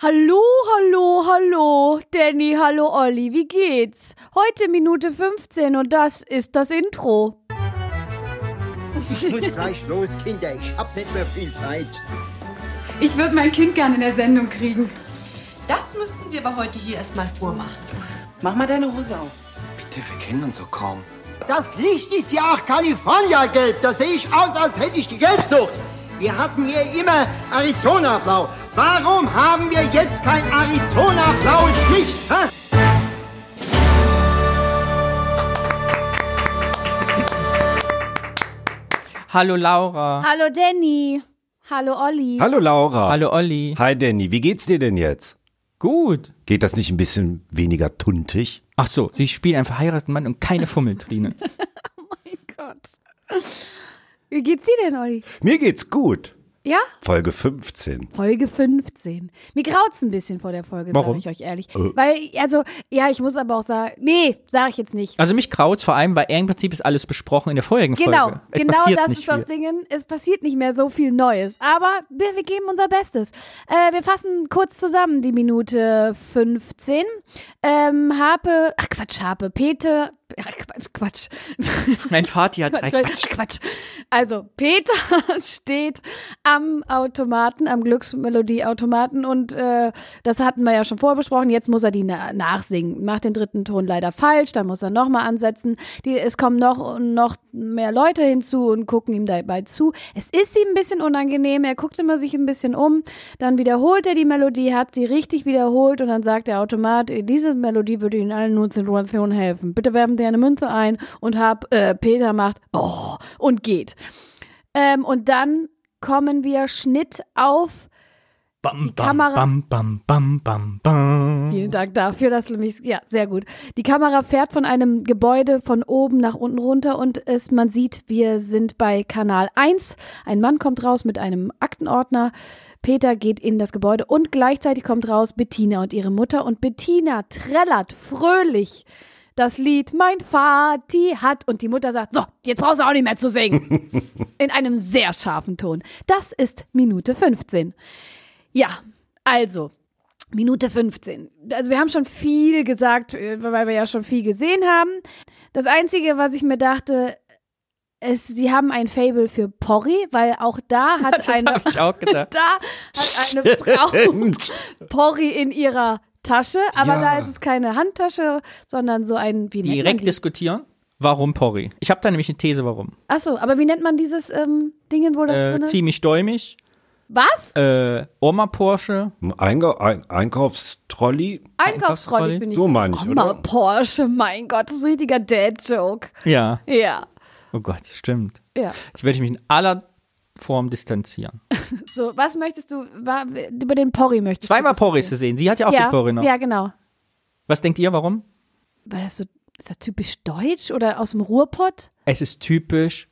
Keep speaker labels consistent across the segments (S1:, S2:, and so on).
S1: Hallo, hallo, hallo. Danny, hallo Olli, wie geht's? Heute Minute 15 und das ist das Intro.
S2: Ich muss gleich los, Kinder. Ich hab nicht mehr viel Zeit.
S3: Ich würde mein Kind gerne in der Sendung kriegen.
S4: Das müssten Sie aber heute hier erstmal vormachen.
S5: Mach mal deine Hose auf.
S6: Bitte, wir kennen uns so kaum.
S2: Das Licht ist ja auch California-gelb. Da sehe ich aus, als hätte ich die Gelbsucht. Wir hatten hier immer Arizona-Blau. Warum haben wir jetzt kein Arizona-blaues Licht? Hä?
S7: Hallo Laura.
S1: Hallo Danny. Hallo Olli.
S8: Hallo Laura.
S7: Hallo Olli.
S8: Hi Danny, wie geht's dir denn jetzt?
S7: Gut.
S8: Geht das nicht ein bisschen weniger tuntig?
S7: Ach so, sie spielen einen verheirateten Mann und keine Fummeltrine.
S1: Mein Oh Gott. Wie geht's dir denn, Olli?
S8: Mir geht's gut.
S1: Ja?
S8: Folge 15.
S1: Folge 15. Mir graut's ein bisschen vor der Folge, sage
S7: Warum?
S1: ich euch ehrlich. Weil, also, ja, ich muss aber auch sagen, nee, sage ich jetzt nicht.
S7: also mich kraut's vor allem, weil im Prinzip ist alles besprochen in der vorherigen
S1: Genau,
S7: Folge. Es
S1: genau
S7: passiert
S1: das
S7: nicht
S1: ist das
S7: viel.
S1: Ding. Es passiert nicht mehr so viel Neues. Aber wir, wir geben unser Bestes. Äh, wir fassen kurz zusammen die Minute 15. Ähm, Harpe, ach Quatsch, Harpe, Pete, ach Quatsch, Quatsch.
S7: Mein Vati hat drei Quatsch.
S1: Quatsch, Quatsch. Also, Peter steht am Automaten, am Glücksmelodieautomaten und äh, das hatten wir ja schon vorbesprochen. Jetzt muss er die na nachsingen. Macht den dritten Ton leider falsch, dann muss er nochmal ansetzen. Die, es kommen noch und noch mehr Leute hinzu und gucken ihm dabei zu. Es ist ihm ein bisschen unangenehm. Er guckt immer sich ein bisschen um. Dann wiederholt er die Melodie, hat sie richtig wiederholt und dann sagt der Automat, "Äh, diese Melodie würde Ihnen allen nun Situationen helfen. Bitte werfen Sie eine Münze ein und hab äh, Peter macht oh und geht. Ähm, und dann kommen wir Schnitt auf.
S7: Bam,
S1: Kamera-
S7: bam, bam, bam, bam, bam.
S1: Vielen Dank dafür, dass du mich. Ja, sehr gut. Die Kamera fährt von einem Gebäude von oben nach unten runter und es, man sieht, wir sind bei Kanal 1. Ein Mann kommt raus mit einem Aktenordner. Peter geht in das Gebäude und gleichzeitig kommt raus Bettina und ihre Mutter. Und Bettina trällert fröhlich das Lied Mein Vati hat. Und die Mutter sagt: So, jetzt brauchst du auch nicht mehr zu singen. in einem sehr scharfen Ton. Das ist Minute 15. Ja, also. Minute 15. Also wir haben schon viel gesagt, äh, weil wir ja schon viel gesehen haben. Das Einzige, was ich mir dachte, ist, sie haben ein Fable für Porri, weil auch da hat
S7: Das
S1: eine,
S7: habe ich auch gedacht.
S1: da hat eine Frau Porri in ihrer Tasche, aber
S8: Ja.
S1: da ist es keine Handtasche, sondern so ein, wie nennt man
S7: Direkt
S1: die?
S7: diskutieren. Warum Porri? Ich habe da nämlich eine These, warum.
S1: Achso, aber wie nennt man dieses ähm, Dingen, wo das
S7: Äh,
S1: drin ist?
S7: ziemlich däumig.
S1: Was?
S7: Äh, Oma Porsche.
S8: Ein Einka ein Einkaufstrolley?
S1: Einkaufstrolley
S7: Einkaufstrolley?
S1: bin ich.
S8: So meine ich,
S1: Oma
S8: oder?
S1: Porsche, mein Gott, das ist ein richtiger Dad-Joke.
S7: Ja.
S1: Ja,
S7: Oh Gott, stimmt.
S1: ja.
S7: Ich werde mich in aller Form distanzieren.
S1: So, was möchtest du, wa- über den Porri möchtest
S7: Zweimal
S1: du?
S7: Porris gesehen. Sie hat ja auch
S1: ja,
S7: die Porri noch.
S1: Ja, genau.
S7: Was denkt ihr, warum?
S1: Weil das so, ist das typisch deutsch oder aus dem Ruhrpott?
S7: Es ist typisch.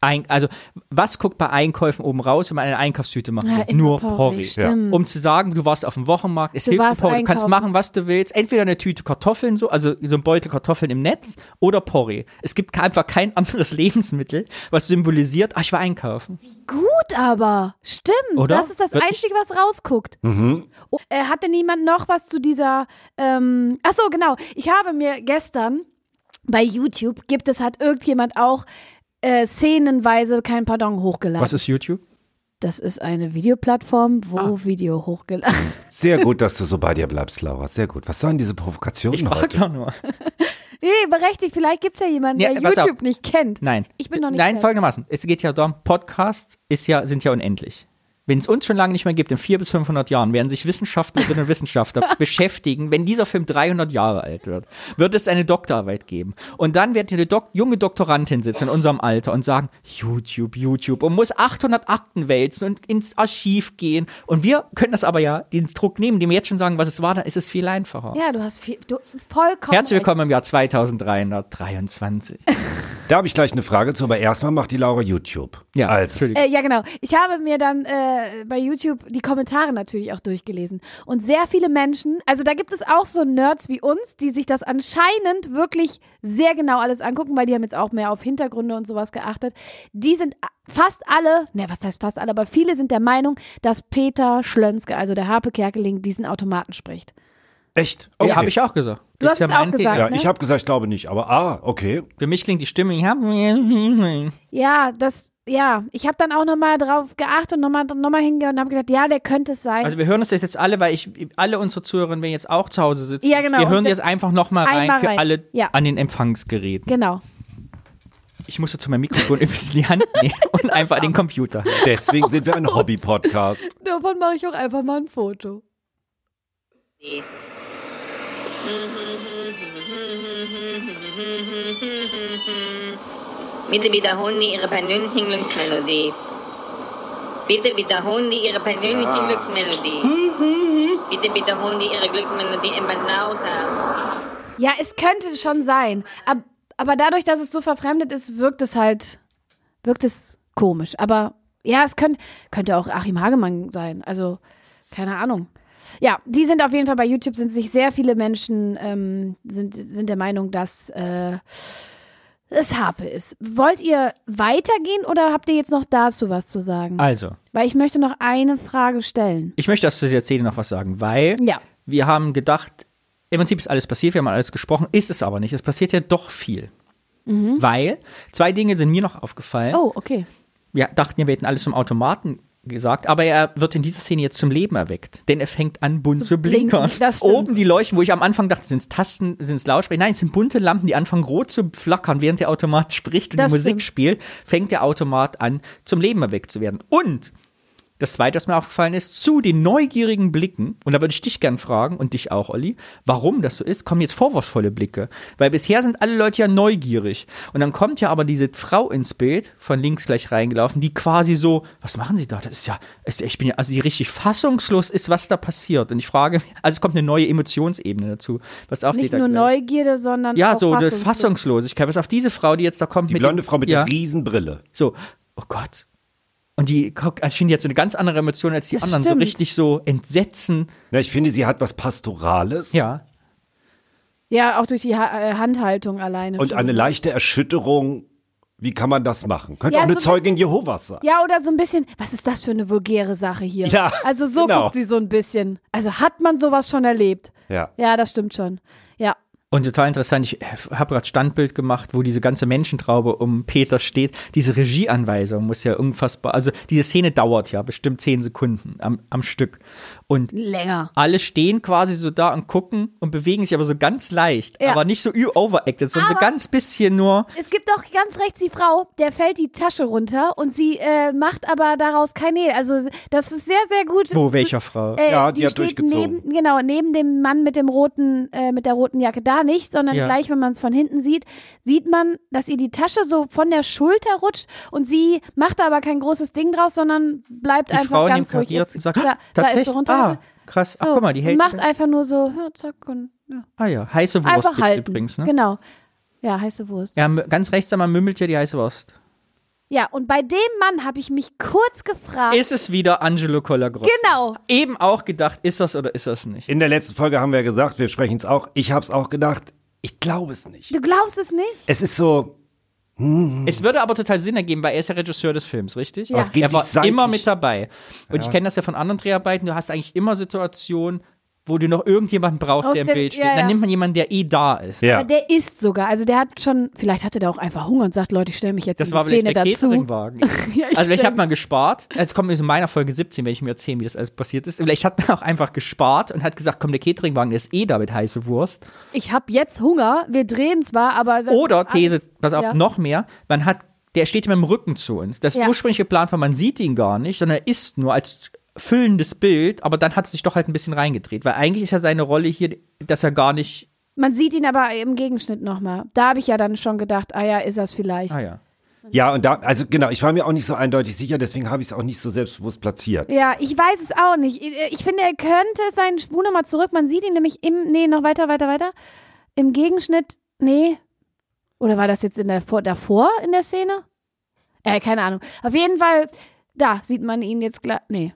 S7: Ein, also, was guckt bei Einkäufen oben raus, wenn man eine Einkaufstüte macht?
S1: Ja, immer
S7: Nur
S1: Porree,
S7: Porree.
S1: stimmt.
S7: Um zu sagen, du warst auf dem Wochenmarkt, es
S1: Du
S7: hilft
S1: warst
S7: Porree. Du kannst
S1: einkaufen.
S7: machen, was du willst. Entweder eine Tüte Kartoffeln, so, also so ein Beutel Kartoffeln im Netz oder Porree. Es gibt ke- einfach kein anderes Lebensmittel, was symbolisiert, ach, ich war einkaufen.
S1: Gut, aber stimmt.
S7: Oder? Mhm.
S1: Das ist das
S7: Wirklich?
S1: Einzige, was rausguckt. Oh, äh, hat denn jemand noch was zu dieser? Ähm, ach so, genau. Ich habe mir gestern bei YouTube gibt es hat irgendjemand auch äh, szenenweise kein Pardon hochgeladen.
S7: Was ist YouTube?
S1: das ist eine Videoplattform, wo
S7: Ah.
S1: Video hochgeladen.
S8: Sehr gut, dass du so bei dir bleibst, Laura. Sehr gut. Was sollen diese Provokationen
S7: Ich frag
S8: heute?
S7: doch nur.
S1: nee, berechtigt. Vielleicht gibt es ja jemanden,
S7: Nee,
S1: der
S7: pass auf.
S1: YouTube nicht kennt.
S7: Nein.
S1: Ich bin noch nicht
S7: Nein,
S1: fertig.
S7: folgendermaßen. Es geht ja darum, Podcasts ist ja, sind ja unendlich. Wenn es uns schon lange nicht mehr gibt, in 400 bis 500 Jahren, werden sich Wissenschaftlerinnen und Wissenschaftler beschäftigen, wenn dieser Film 300 Jahre alt wird, wird es eine Doktorarbeit geben. Und dann wird hier eine Dok junge Doktorandin sitzen in unserem Alter und sagen, YouTube, YouTube, und muss 800 Akten wälzen und ins Archiv gehen. Und wir können das aber ja, den Druck nehmen, dem wir jetzt schon sagen, was es war, dann ist es viel einfacher.
S1: Ja, du hast viel, du, vollkommen.
S7: Herzlich
S1: recht.
S7: willkommen im Jahr 2323.
S8: Da habe ich gleich eine Frage zu, aber erstmal macht die Laura YouTube.
S7: Ja,
S8: also.
S7: Entschuldigung.
S1: Äh, ja, genau. Ich habe mir dann äh, bei YouTube die Kommentare natürlich auch durchgelesen. Und sehr viele Menschen, also da gibt es auch so Nerds wie uns, die sich das anscheinend wirklich sehr genau alles angucken, weil die haben jetzt auch mehr auf Hintergründe und sowas geachtet. Die sind a- fast alle, ne, was heißt fast alle, aber viele sind der Meinung, dass Peter Schlönske, also der Harpe Kerkeling, diesen Automaten spricht.
S8: Echt?
S7: Okay. Ja, habe ich auch gesagt.
S1: Du hast
S7: ja
S1: es auch
S7: mein Thema.
S1: gesagt.
S8: Ja,
S1: ne?
S8: ich habe gesagt, ich glaube nicht, aber ah, okay.
S7: Für mich klingt die Stimme.
S1: Ja, das, ja. Ich habe dann auch nochmal drauf geachtet und nochmal noch mal hingegangen und habe gedacht, ja, der könnte es sein.
S7: Also wir hören uns das jetzt alle, weil ich alle unsere Zuhörerinnen wenn jetzt auch zu Hause sitzen.
S1: Ja, genau.
S7: Wir hören
S1: Und
S7: jetzt einfach nochmal rein
S1: einmal
S7: für
S1: rein.
S7: alle
S1: Ja.
S7: an den Empfangsgeräten.
S1: genau.
S7: Ich musste zu meinem Mikrofon ein bisschen die Hand nehmen und einfach an den Computer.
S8: Deswegen sind wir ein Hobby-Podcast.
S1: Davon mache ich auch einfach mal ein Foto.
S9: Bitte wiederholen Sie Ihre persönliche Glücksmelodie. Bitte wiederholen Sie Ihre persönliche Glücksmelodie. Bitte wiederholen Sie Ihre Glücksmelodie immer lauter.
S1: Ja, es könnte schon sein. Ab, aber dadurch, dass es so verfremdet ist, wirkt es halt, wirkt es komisch. Aber ja, es könnt, könnte auch Achim Hagemann sein. Also, keine Ahnung. Ja, die sind auf jeden Fall bei YouTube, sind sich sehr viele Menschen ähm, sind, sind der Meinung, dass äh, es Harpe ist. Wollt ihr weitergehen oder habt ihr jetzt noch dazu was zu sagen?
S7: Also,
S1: Weil ich möchte noch eine Frage stellen.
S7: ich möchte, dass du dieser Szene noch was sagen, weil
S1: Ja.
S7: wir haben gedacht, im Prinzip ist alles passiert, wir haben alles gesprochen, ist es aber nicht. Es passiert ja doch viel.
S1: Mhm.
S7: Weil zwei Dinge sind mir noch aufgefallen.
S1: Oh, okay.
S7: Wir dachten ja, wir hätten alles zum Automaten gesagt, aber er wird in dieser Szene jetzt zum Leben erweckt, denn er fängt an, bunt zu,
S1: blinken,
S7: blinkern.
S1: das stimmt.
S7: Oben die Leuchten, wo ich am Anfang dachte, sind es Tasten, sind es Lautsprecher? Nein, es sind bunte Lampen, die anfangen rot zu flackern, während der Automat spricht und
S1: Das
S7: die Musik
S1: stimmt.
S7: spielt, fängt der Automat an, zum Leben erweckt zu werden. Und das Zweite, was mir aufgefallen ist, zu den neugierigen Blicken, und da würde ich dich gern fragen und dich auch, Olli, warum das so ist, kommen jetzt vorwurfsvolle Blicke. Weil bisher sind alle Leute ja neugierig. Und dann kommt ja aber diese Frau ins Bild, von links gleich reingelaufen, die quasi so, was machen sie da? Das ist ja, ist, ich bin ja, also die richtig fassungslos ist, was da passiert. Und ich frage, also es kommt eine neue Emotionsebene dazu, was auch
S1: Nicht
S7: jeder
S1: nur
S7: gleich-
S1: Neugierde, sondern
S7: Ja,
S1: auch
S7: so eine
S1: Fassungslos-
S7: Fassungslosigkeit. Was auf diese Frau, die jetzt da kommt,
S8: Die blonde Frau mit
S7: ja.
S8: der riesen Brille.
S7: So, oh Gott. Und die, guck, also ich finde, die hat so eine ganz andere Emotion als die
S1: Das
S7: anderen.
S1: stimmt.
S7: So richtig so Entsetzen.
S8: Na, ich finde, sie hat was Pastorales
S7: Ja.
S1: Ja, auch durch die ha äh, Handhaltung alleine.
S8: und
S1: schon.
S8: eine leichte Erschütterung. Wie kann man das machen? Könnte
S1: Ja,
S8: auch eine
S1: so ein
S8: Zeugin Jehovas sein.
S1: Ja, oder so ein bisschen, was ist das für eine vulgäre Sache hier?
S8: Ja,
S1: Also so
S8: genau.
S1: guckt sie so ein bisschen. Also hat man sowas schon erlebt?
S8: Ja.
S1: Ja, das stimmt schon. Ja.
S7: Und total interessant, ich habe gerade Standbild gemacht, wo diese ganze Menschentraube um Peter steht. Diese Regieanweisung muss ja unfassbar, also diese Szene dauert ja bestimmt zehn Sekunden am, am Stück. Und
S1: Länger.
S7: alle stehen quasi so da und gucken und bewegen sich aber so ganz leicht,
S1: Ja.
S7: aber nicht so ü- overacted, sondern so
S1: Aber-
S7: ganz bisschen nur.
S1: Es gibt doch ganz rechts die Frau, der fällt die Tasche runter und sie äh, macht aber daraus kein Hehl. Also das ist sehr, sehr gut.
S7: Wo, welcher Frau?
S1: Äh,
S8: Ja, die hat
S1: steht
S8: durchgezogen.
S1: Neben, genau, neben dem Mann mit dem roten, äh, mit der roten Jacke da nicht, sondern
S7: Ja.
S1: gleich, wenn man es von hinten sieht, sieht man, dass ihr die Tasche so von der Schulter rutscht und sie macht da aber kein großes Ding draus, sondern bleibt
S7: die
S1: einfach
S7: Frau in dem
S1: ganz ruhig.
S7: Kariert
S1: Jetzt-
S7: und sagt,
S1: da, da ist sie
S7: tatsächlich, ah,
S1: runter.
S7: krass,
S1: So,
S7: ach guck mal, die hält
S1: macht einfach nur so, ja, zack und ja.
S7: Ah ja, heiße Wurst
S1: einfach
S7: gibt's
S1: halten.
S7: übrigens, ne?
S1: Genau. Ja, heiße Wurst. Ja,
S7: Ja, m- ganz rechts einmal mümmelt ja die heiße Wurst.
S1: und bei dem Mann habe ich mich kurz gefragt.
S7: Ist es wieder Angelo Colagrozzi?
S1: Ah. Genau.
S7: Eben auch gedacht, ist das oder ist das nicht?
S8: In der letzten Folge haben wir gesagt, wir sprechen es auch. Ich habe es auch gedacht. Ich glaube es nicht.
S1: Du glaubst es nicht?
S8: Es ist so,
S7: Es würde aber total Sinn ergeben, weil er ist ja Regisseur des Films, richtig?
S1: Ja. Aber es
S8: geht
S7: er war
S8: sich seitlich-
S7: immer mit dabei. Und ich kenne das ja von anderen Dreharbeiten, du hast eigentlich immer Situationen, wo du noch irgendjemanden brauchst,
S1: Aus
S7: der im
S1: dem-
S7: Bild steht.
S1: ja, ja.
S7: Dann nimmt man jemanden, der eh da ist.
S8: ja.
S1: Aber der isst sogar. Also der hat schon, vielleicht hatte der auch einfach Hunger und sagt, Leute, ich stelle mich jetzt
S7: Das
S1: in
S7: war
S1: die
S7: vielleicht
S1: Szene
S7: der
S1: dazu.
S7: Cateringwagen.
S1: Ja,
S7: also vielleicht hat
S1: stimmt.
S7: man gespart. Jetzt kommt mir so in meiner Folge 17, wenn ich mir erzähle, wie das alles passiert ist. Vielleicht hat man auch einfach gespart und hat gesagt, komm, der Cateringwagen der ist eh da mit heiße Wurst.
S1: Ich habe jetzt Hunger, wir drehen zwar, aber.
S7: Oder These,
S1: Alles-
S7: pass auf,
S1: ja.
S7: noch mehr, man hat, der steht mit dem Rücken zu uns. Das
S1: Ja.
S7: ursprüngliche Plan war, man sieht ihn gar nicht, sondern er ist nur als füllendes Bild, aber dann hat es sich doch halt ein bisschen reingedreht, weil eigentlich ist ja seine Rolle hier, dass er gar nicht,
S1: Man sieht ihn aber im Gegenschnitt nochmal. Da habe ich ja dann schon gedacht, ah ja, ist das vielleicht.
S7: ah ja.
S8: Ja, und da, also genau, ich war mir auch nicht so eindeutig sicher, deswegen habe ich es auch nicht so selbstbewusst platziert.
S1: Ja, ich weiß es auch nicht. Ich, äh, ich finde, er könnte sein Spur nochmal zurück. Man sieht ihn nämlich im. Nee, noch weiter, weiter, weiter. Im Gegenschnitt. Nee. Oder war das jetzt in der, vor- davor in der Szene? Äh, keine Ahnung. Auf jeden Fall, da sieht man ihn jetzt gleich. Nee,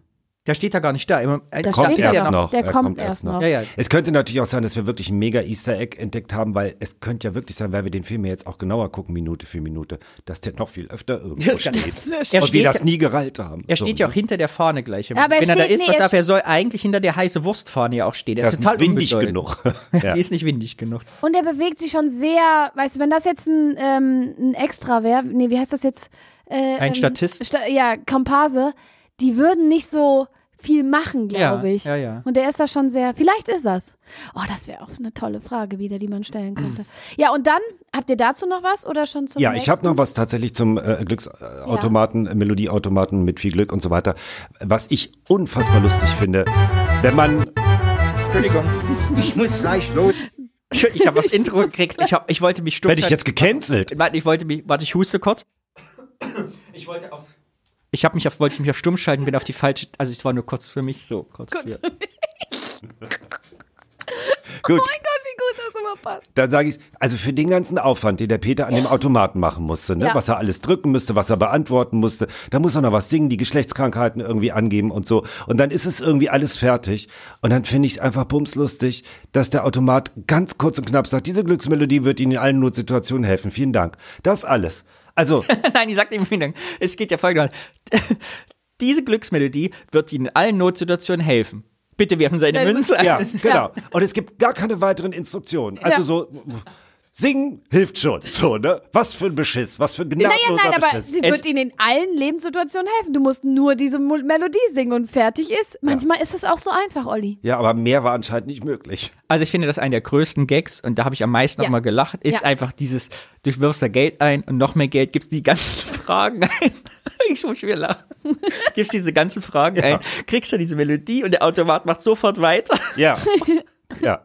S7: Der steht da gar nicht da. Immer, äh,
S1: da
S8: Kommt
S1: steht er
S8: erst
S1: ja
S8: noch.
S1: Der
S8: Er
S1: kommt, erst noch.
S7: Ja, ja.
S8: Es könnte natürlich auch sein, dass wir wirklich ein mega Easter Egg entdeckt haben, weil es könnte ja wirklich sein, weil wir den Film ja jetzt auch genauer gucken, Minute für Minute, dass der noch viel öfter irgendwo
S7: Das kann-
S8: steht.
S7: Er
S8: Und wir
S7: steht,
S8: das
S7: ja,
S8: nie gerallt haben.
S7: er
S8: So,
S7: steht ja
S8: ne?
S7: auch hinter der Fahne gleich.
S1: Aber er
S7: Wenn er da
S1: steht-
S7: ist,
S1: nee,
S7: was
S1: er
S7: auf, er soll eigentlich hinter der heiße Wurstfahne ja auch stehen. Er
S8: Das
S7: ist,
S8: ist
S7: total
S8: nicht windig
S7: unbedeutend.
S8: genug. Ja.
S7: Die ist nicht windig genug.
S1: Und er bewegt sich schon sehr, weißt du, wenn das jetzt ein, ähm, ein Extra wäre, nee, wie heißt das jetzt? Äh,
S7: Ein Statist?
S1: Sta ja, Komparse, die würden nicht so viel machen,
S7: Ja,
S1: glaube ich.
S7: ja, ja.
S1: Und der ist da schon sehr, vielleicht ist das. Oh, das wäre auch eine tolle Frage wieder, die man stellen könnte. Ja, und dann, habt ihr dazu noch was oder schon zum
S8: Ja,
S1: nächsten?
S8: ich habe noch was tatsächlich zum äh, Glücksautomaten, Melodieautomaten mit viel Glück und so weiter, was ich unfassbar lustig finde, wenn man
S7: Entschuldigung.
S2: Ich muss gleich los.
S7: Ich habe das Intro gekriegt. Ich, hab, ich wollte mich stumm
S8: werde ich jetzt gecancelt.
S7: Nein, ich wollte mich. Warte, ich huste kurz. Ich wollte auf. Ich habe mich auf, wollte mich auf stumm schalten, bin auf die falsche. Also es war nur kurz für mich. So, kurz, für.
S8: Gut,
S1: Oh mein Gott, wie gut das immer passt.
S8: dann sage ich, also für den ganzen Aufwand, den der Peter an dem Automaten machen musste, ne?
S1: Ja.
S8: was er alles drücken müsste, was er beantworten musste, da muss er noch was singen, die Geschlechtskrankheiten irgendwie angeben und so. Und dann ist es irgendwie alles fertig. Und dann finde ich es einfach bumslustig, dass der Automat ganz kurz und knapp sagt, diese Glücksmelodie wird Ihnen in allen Notsituationen helfen. Vielen Dank. Das alles. Also,
S7: Nein, ich sagte ihm vielen Dank. Es geht ja folgendermaßen. Diese Glücksmelodie wird Ihnen in allen Notsituationen helfen. Bitte werfen Sie eine
S1: Nein,
S7: Münze ein.
S8: Ja, genau. Und es gibt gar keine weiteren Instruktionen. Also
S1: Ja.
S8: so. Singen hilft schon. So, ne? Was für ein Beschiss, was für ein
S1: Naja,
S8: gnadenloser
S1: nein, aber
S8: Beschiss.
S1: sie
S7: Es-
S1: wird ihnen in allen Lebenssituationen helfen. Du musst nur diese Mul- Melodie singen und fertig ist. Manchmal ist es auch so einfach, Olli.
S8: Ja, aber mehr war anscheinend nicht möglich.
S7: Also ich finde das einer der größten Gags und da habe ich am meisten
S1: Ja.
S7: auch mal gelacht, ist
S1: Ja.
S7: einfach dieses, du wirfst da Geld ein und noch mehr Geld gibst die ganzen Fragen ein. Ich muss schwer lachen. Gibst diese ganzen Fragen ein, kriegst da diese Melodie und der Automat macht sofort weiter.
S8: Ja. ja.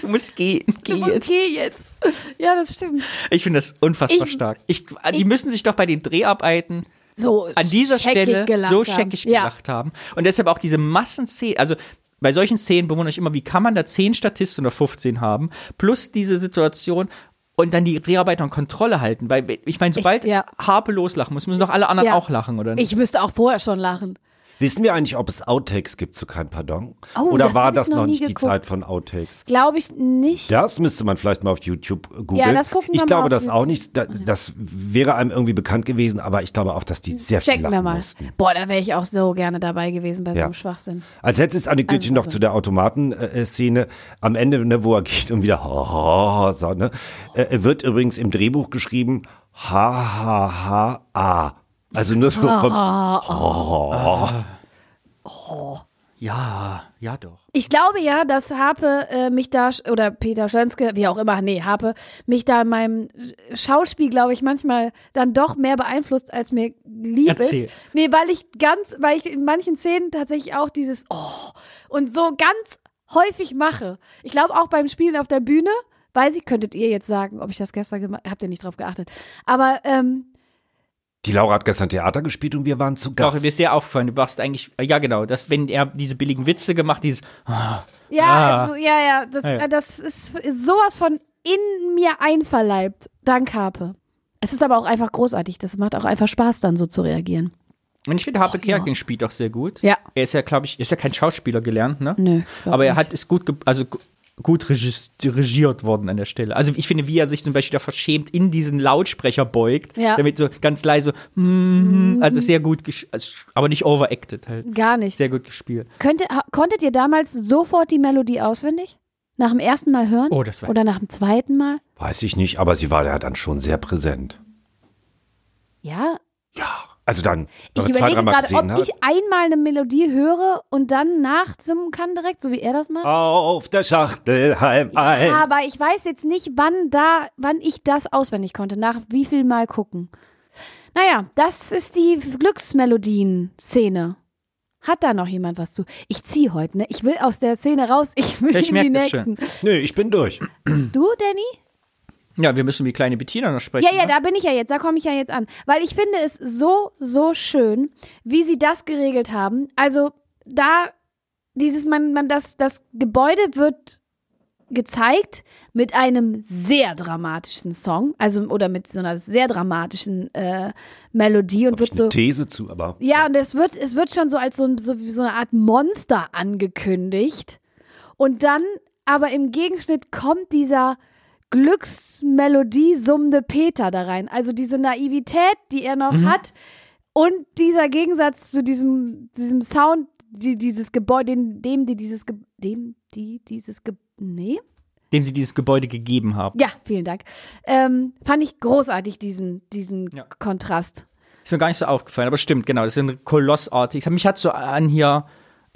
S7: Du musst gehen, geh jetzt.
S1: Okay, jetzt. Ja, das stimmt.
S7: Ich finde das unfassbar
S1: Ich-
S7: stark. Ich, die müssen sich doch bei den Dreharbeiten
S1: so
S7: an dieser
S1: scheckig
S7: Stelle
S1: gelacht
S7: so
S1: haben.
S7: scheckig
S1: ja.
S7: gelacht haben. Und deshalb auch diese Massenszenen, also bei solchen Szenen bewundere ich immer, wie kann man da 10 Statisten oder 15 haben, plus diese Situation und dann die Dreharbeiter und Kontrolle halten. Weil ich meine, sobald
S1: ja.
S7: Harpe loslachen muss, müssen doch alle anderen
S1: Ja.
S7: auch lachen, oder nicht?
S1: Ich müsste auch vorher schon lachen.
S8: Wissen wir eigentlich, ob es Outtakes gibt zu kein Pardon?
S1: Oh,
S8: Oder
S1: das
S8: war
S1: hab ich
S8: das
S1: noch
S8: noch
S1: nie
S8: nicht die
S1: geguckt.
S8: Zeit von Outtakes?
S1: Glaube ich nicht.
S8: Das müsste man vielleicht mal auf YouTube googeln.
S1: das gucken wir
S8: ich
S1: mal
S8: glaube
S1: auf
S8: das
S1: YouTube. Also.
S8: auch nicht. Da, das wäre einem irgendwie bekannt gewesen, aber ich glaube auch, dass die sehr viel
S1: Checken
S8: lachen
S1: wir mal.
S8: mussten.
S1: Boah, da wäre ich auch so gerne dabei gewesen bei so
S8: Ja.
S1: einem Schwachsinn.
S8: Als letztes Anekdötchen
S1: Also,
S8: noch
S1: also.
S8: zu der Automaten-Szene. Am Ende, ne, wo er geht und wieder ho, ho, so, ne, äh, wird übrigens im Drehbuch geschrieben ha, ha, ha, a. Also nur so kommt,
S7: Ja, ja doch.
S1: Ich glaube ja, dass Harpe äh, mich da, sch- oder Peter Schönske, wie auch immer, nee, Harpe, mich da in meinem Schauspiel, glaube ich, manchmal dann doch mehr beeinflusst, als mir lieb
S7: Erzähl.
S1: ist. Nee, weil ich ganz, weil ich in manchen Szenen tatsächlich auch dieses Oh und so ganz häufig mache. Ich glaube auch beim Spielen auf der Bühne, weiß ich, könntet ihr jetzt sagen, ob ich das gestern gemacht habt ihr nicht drauf geachtet. Aber ähm,
S8: die Laura hat gestern Theater gespielt und wir waren zu
S7: Doch,
S8: Gast.
S7: mir ist sehr aufgefallen. Du warst eigentlich, ja genau, dass wenn er diese billigen Witze gemacht, dieses,
S1: Ja,
S7: Ah.
S1: also, ja, ja, das,
S7: Ja, ja.
S1: äh, das ist, ist sowas von in mir einverleibt. Dank Harpe. Es ist aber auch einfach großartig. Das macht auch einfach Spaß, dann so zu reagieren.
S7: Und ich finde, Harpe Kerking spielt auch sehr gut.
S1: Ja.
S7: Er ist ja, glaube ich, er ist ja kein Schauspieler gelernt, ne?
S1: Nö, glaub
S7: Aber er hat ist gut, ge- also gu- gut regis- regiert worden an der Stelle. Also ich finde, wie er sich zum Beispiel da verschämt in diesen Lautsprecher beugt,
S1: Ja. Mhm.
S7: damit so ganz leise, mm, also sehr gut, gesch- also, aber nicht overacted halt.
S1: Gar nicht.
S7: Sehr gut gespielt.
S1: Könnte, ha- konntet ihr damals sofort die Melodie auswendig? Nach dem ersten Mal hören?
S7: Oh, das war-
S1: Oder nach dem zweiten Mal?
S8: Weiß ich nicht, aber sie war ja dann schon sehr präsent.
S1: Ja.
S8: Also dann,
S1: Ich
S8: wenn man zwei,
S1: überlege
S8: dreimal
S1: gerade, ob
S8: gesehen ne? hat.
S1: ich einmal eine Melodie höre und dann nachsummen kann direkt, so wie er das macht.
S8: auf der Schachtel heim ein.
S1: Aber ich weiß jetzt nicht, wann da, wann ich das auswendig konnte, nach wie viel Mal gucken. Naja, das ist die Glücksmelodien-Szene. Hat da noch jemand was zu? Ich ziehe heute, ne? Ich will aus der Szene raus, ich will
S7: Ich
S1: in die
S7: merk das
S1: nächsten.
S8: Nö, ich bin durch.
S1: Du, Danny?
S7: Ja, wir müssen wie kleine Bettina noch sprechen.
S1: Ja, ja,
S7: ne?
S1: da bin ich ja jetzt, da komme ich ja jetzt an. Weil ich finde es so, so schön, wie sie das geregelt haben. Also da, dieses, man, man, das, das Gebäude wird gezeigt mit einem sehr dramatischen Song, also oder mit so einer sehr dramatischen äh, Melodie und
S8: Hab ich
S1: wird so
S8: eine These zu, aber
S1: ja, und es wird, es wird schon so als so, ein- so, wie so eine Art Monster angekündigt. Und dann, aber im Gegenschnitt kommt dieser Glücksmelodie summende Peter da rein. Also diese Naivität, die er noch hat und dieser Gegensatz zu diesem, diesem Sound, die dieses Gebäude, dem, dem, die dieses, Ge dem, die dieses, Ge nee?
S7: dem sie dieses Gebäude gegeben haben.
S1: Ja, vielen Dank. Ähm, fand ich großartig, diesen, diesen
S7: Ja.
S1: Kontrast.
S7: Ist mir gar nicht so aufgefallen, aber stimmt, genau. Das ist ein kolossartig. Ich hab- Mich hat so an hier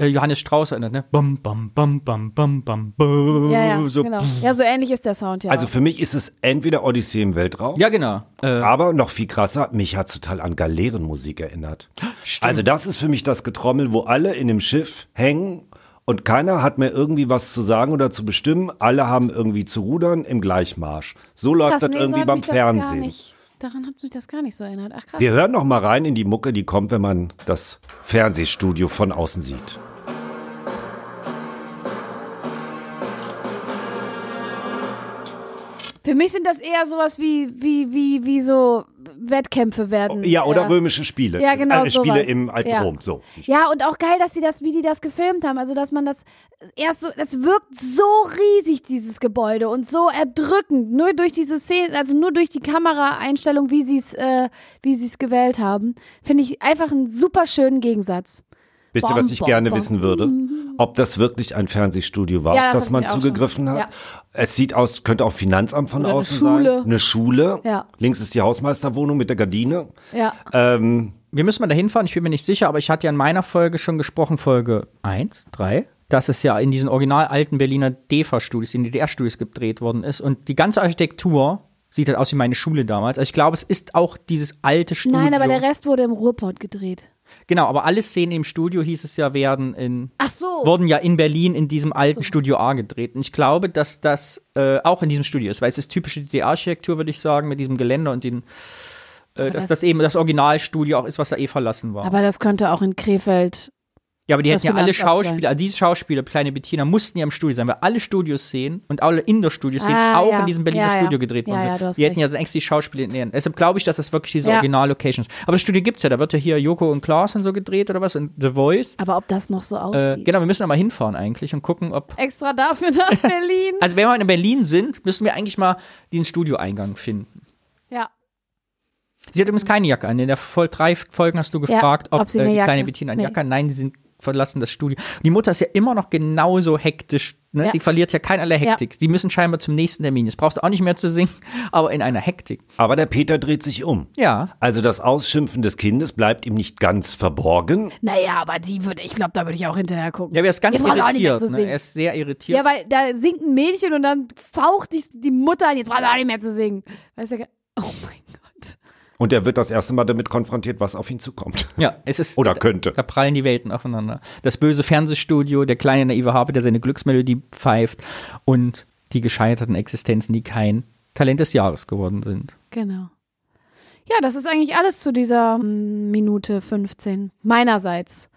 S7: äh, Johannes Strauß erinnert, ne? Bam, bam, bam, bam, bam, bam, bam.
S1: Ja, ja,
S7: so.
S1: genau. Ja, so ähnlich ist der Sound ja.
S8: also
S1: auch.
S8: für mich ist es entweder Odyssee im Weltraum,
S7: Ja, genau. Äh,
S8: aber noch viel krasser, mich hat total an Galeerenmusik erinnert. Also das ist für mich das Getrommel, wo alle in dem Schiff hängen und keiner hat mehr irgendwie was zu sagen oder zu bestimmen. Alle haben irgendwie zu rudern im Gleichmarsch. So läuft das,
S1: nee, so
S8: irgendwie
S1: hat
S8: beim
S1: mich das gar
S8: Fernsehen.
S1: nicht- Daran hat mich das gar nicht so erinnert. Ach krass.
S8: Wir hören noch mal rein in die Mucke, die kommt, wenn man das Fernsehstudio von außen sieht.
S1: Für mich sind das eher sowas wie, wie, wie, wie so Wettkämpfe werden. äh,
S8: Ja, oder römische Spiele.
S1: Hm, Ja, genau.
S8: Äh, Spiele
S1: sowas.
S8: im alten
S1: ja.
S8: Rom, so.
S1: Ja, und auch geil, dass sie das, wie die das gefilmt haben. Also, dass man das erst so, das wirkt so riesig, dieses Gebäude und so erdrückend. Nur durch diese Szene, also nur durch die Kameraeinstellung, wie sie äh, wie es gewählt haben. Finde ich einfach einen super schönen Gegensatz.
S8: Wisst ihr,
S1: Bom,
S8: was ich
S1: bom,
S8: gerne
S1: bom.
S8: wissen würde? Ob das wirklich ein Fernsehstudio war,
S1: Ja,
S8: auf
S1: das
S8: das,
S1: hab
S8: man
S1: ich auch
S8: zugegriffen
S1: schon.
S8: hat.
S1: Ja.
S8: Es sieht aus, könnte auch Finanzamt von
S1: Oder eine
S8: außen
S1: Schule.
S8: sein. Eine Schule.
S1: Ja.
S8: Links ist die Hausmeisterwohnung mit der Gardine.
S1: Ja.
S8: Ähm,
S7: wir müssen mal da hinfahren, ich bin mir nicht sicher, aber ich hatte ja in meiner Folge schon gesprochen, Folge 1, 3, dass es ja in diesen original alten Berliner DEFA-Studios, in DDR-Studios gedreht worden ist. Und die ganze Architektur sieht halt aus wie meine Schule damals. Also ich glaube, es ist auch dieses alte Studio.
S1: Nein, aber der Rest wurde im Ruhrpott gedreht.
S7: Genau, aber alle Szenen im Studio hieß es ja, werden in
S1: Ach so.
S7: wurden ja in Berlin in diesem alten Studio A gedreht. Und ich glaube, dass das äh, auch in diesem Studio ist, weil es ist typische DDR-Architektur, würde ich sagen, mit diesem Geländer und den, äh, dass das eben das Originalstudio auch ist, was da eh verlassen war.
S1: Aber das könnte auch in Krefeld
S7: ja, aber die
S1: das
S7: hätten ja alle
S1: Finanzamt sein.
S7: Schauspieler, also diese Schauspieler, kleine Bettina, mussten ja im Studio sein, weil alle Studios sehen und alle Indoor-Studios sehen,
S1: Ah,
S7: auch
S1: ja.
S7: in diesem Berliner
S1: Ja, ja.
S7: Studio gedreht
S1: Ja,
S7: worden
S1: ja,
S7: sind.
S1: du hast
S7: die hätten
S1: recht.
S7: ja sonst die Schauspieler nähern. Deshalb glaube ich, dass das wirklich diese
S1: Ja.
S7: Original-Locations Aber das Studio gibt's ja, da wird ja hier Joko und Klaas und so gedreht oder was und The Voice.
S1: Aber ob das noch so
S7: Äh,
S1: aussieht?
S7: genau, wir müssen da mal hinfahren eigentlich und gucken, ob
S1: Extra dafür nach Berlin.
S7: Also wenn wir in Berlin sind, müssen wir eigentlich mal den Studioeingang finden.
S1: ja.
S7: Sie hat übrigens keine Jacke an. In der Vol drei Folgen hast du gefragt, ob,
S1: ob sie
S7: äh,
S1: eine
S7: die
S1: Jacke-
S7: kleine Bettina eine
S1: nee.
S7: Jacke hat. Nein, die sind verlassen das Studio. Die Mutter ist ja immer noch genauso hektisch. Ne?
S1: Ja.
S7: Die verliert ja keinerlei Hektik. Die müssen scheinbar zum nächsten Termin. Das brauchst du auch nicht mehr zu singen, aber in einer Hektik.
S8: aber der Peter dreht sich um.
S7: Ja.
S8: Also das Ausschimpfen des Kindes bleibt ihm nicht ganz verborgen.
S1: Naja, aber die würde, ich glaube, da würde ich auch hinterher gucken.
S7: Ja, aber er ist ganz
S1: Jetzt braucht er auch nicht mehr
S7: irritiert.
S1: zu
S7: Ne?
S1: singen.
S7: Er ist sehr irritiert.
S1: Ja, weil da singt ein Mädchen und dann faucht die, die Mutter an, jetzt braucht er auch nicht mehr zu singen. Weißt du, oh mein Gott.
S8: Und er wird das erste Mal damit konfrontiert, was auf ihn zukommt.
S7: Ja, es ist.
S8: Oder könnte.
S7: Da prallen die Welten aufeinander. Das böse Fernsehstudio, der kleine naive Harpe, der seine Glücksmelodie pfeift und die gescheiterten Existenzen, die kein Talent des Jahres geworden sind.
S1: Genau. Ja, das ist eigentlich alles zu dieser mm, Minute 15 meinerseits.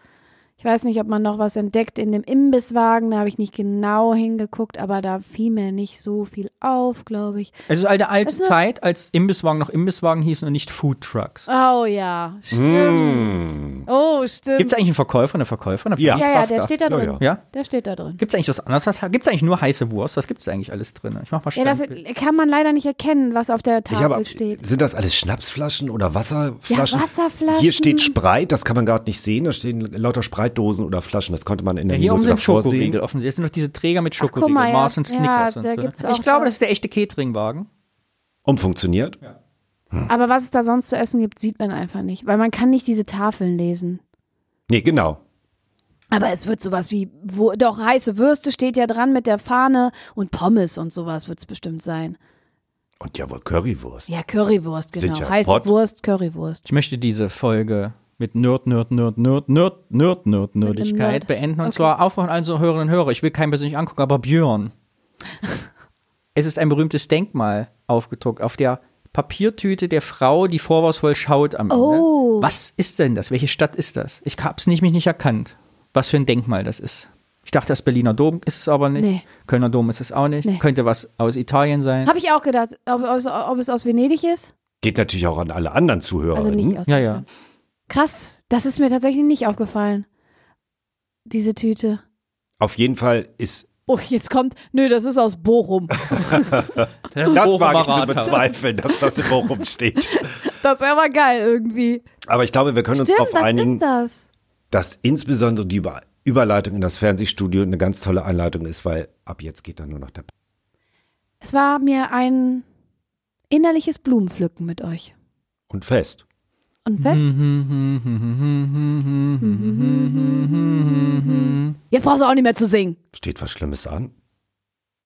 S1: Ich weiß nicht, ob man noch was entdeckt in dem Imbisswagen. Da habe ich nicht genau hingeguckt, aber da fiel mir nicht so viel auf, glaube ich.
S7: Es ist eine alte
S1: Das ist eine-
S7: Zeit, als Imbisswagen noch Imbisswagen hießen und nicht Foodtrucks.
S1: Oh ja,
S8: Hm.
S1: stimmt. Oh, stimmt.
S7: Gibt es eigentlich einen Verkäufer, eine Verkäuferin? eine
S8: Ja.
S1: ja, ja, der
S7: Verkaufskraft
S1: steht da
S8: Ja,
S1: drin.
S8: ja.
S7: Ja?
S1: Der steht da drin.
S7: Gibt es eigentlich was anderes? Was gibt es eigentlich nur heiße Wurst? Was gibt es eigentlich alles drin? Ich mach mal
S1: Ja,
S7: schnell.
S1: das kann man leider nicht erkennen, was auf der
S8: Ich habe,
S1: Tafel steht.
S8: sind das alles Schnapsflaschen oder Wasserflaschen?
S1: Ja, Wasserflaschen.
S8: Hier steht Spreit, das kann man gerade nicht sehen. Da stehen lauter Spreitdosen oder Flaschen. Das konnte man in
S7: Ja,
S8: der
S7: hier oben
S8: Minute
S7: sind
S8: davor
S7: Schokoriegel
S8: sehen.
S7: offensichtlich. Es sind noch diese Träger mit
S1: guck mal,
S7: Schokoriegel,
S1: ja.
S7: Mars und
S1: Ja,
S7: Snickers und
S1: da
S7: so.
S1: gibt's
S7: ne?
S1: auch
S7: Ich glaube,
S1: was.
S7: das ist der echte Catering-Wagen.
S8: Um Umfunktioniert.
S1: Aber was es da sonst zu essen gibt, sieht man einfach nicht, weil man kann nicht diese Tafeln lesen.
S8: Nee, genau.
S1: Aber es wird sowas wie, wo, doch heiße Würste steht ja dran mit der Fahne und Pommes und sowas wird es bestimmt sein.
S8: Und jawohl, Currywurst.
S1: Ja, Currywurst, genau.
S8: Sicher.
S1: Heiße
S8: Pott.
S1: Wurst, Currywurst.
S7: Ich möchte diese Folge mit Nerd, Nerd, Nerd, Nerd, Nerd, Nerd, Nerd,
S1: einem
S7: Nerdigkeit
S1: Nerd.
S7: beenden. Und zwar aufmachen also Hörerinnen und Hörer. Ich will keinen persönlich angucken, aber Björn. es ist ein berühmtes Denkmal aufgedruckt auf der Papiertüte der Frau, die vorwurfsvoll schaut am
S1: Oh.
S7: Ende. Was ist denn das? Welche Stadt ist das? Ich hab's nicht, mich nicht erkannt, was für ein Denkmal das ist. Ich Ich dachte, das Berliner Dom ist es aber nicht.
S1: Nee.
S7: Kölner Dom ist es auch nicht.
S1: Nee.
S7: Könnte was aus Italien sein.
S1: Habe ich auch gedacht, ob, ob, es- ob es aus Venedig ist.
S8: Geht natürlich auch an alle anderen
S1: Also
S8: Zuhörerinnen.
S1: nicht aus
S7: ja, ja.
S1: Krass, das ist mir tatsächlich nicht aufgefallen. Diese Tüte.
S8: Auf jeden Fall ist.
S1: Oh, jetzt kommt, nö, das ist aus Bochum.
S8: Das
S7: Bochumer
S8: wage ich zu
S7: Rathaus.
S8: bezweifeln, dass das in Bochum steht.
S1: Das wäre aber geil irgendwie.
S8: Aber ich glaube, wir können uns
S1: Stimmt,
S8: darauf
S1: was
S8: einigen,
S1: ist das?
S8: dass insbesondere die Über Überleitung in das Fernsehstudio eine ganz tolle Einleitung ist, weil ab jetzt geht dann nur noch der.
S1: Es war mir ein innerliches Blumenpflücken mit euch.
S8: Und fest.
S1: Und
S7: Mhm,
S1: fest.
S7: mhm,
S1: Jetzt brauchst du auch nicht mehr zu singen.
S8: Steht was Schlimmes an?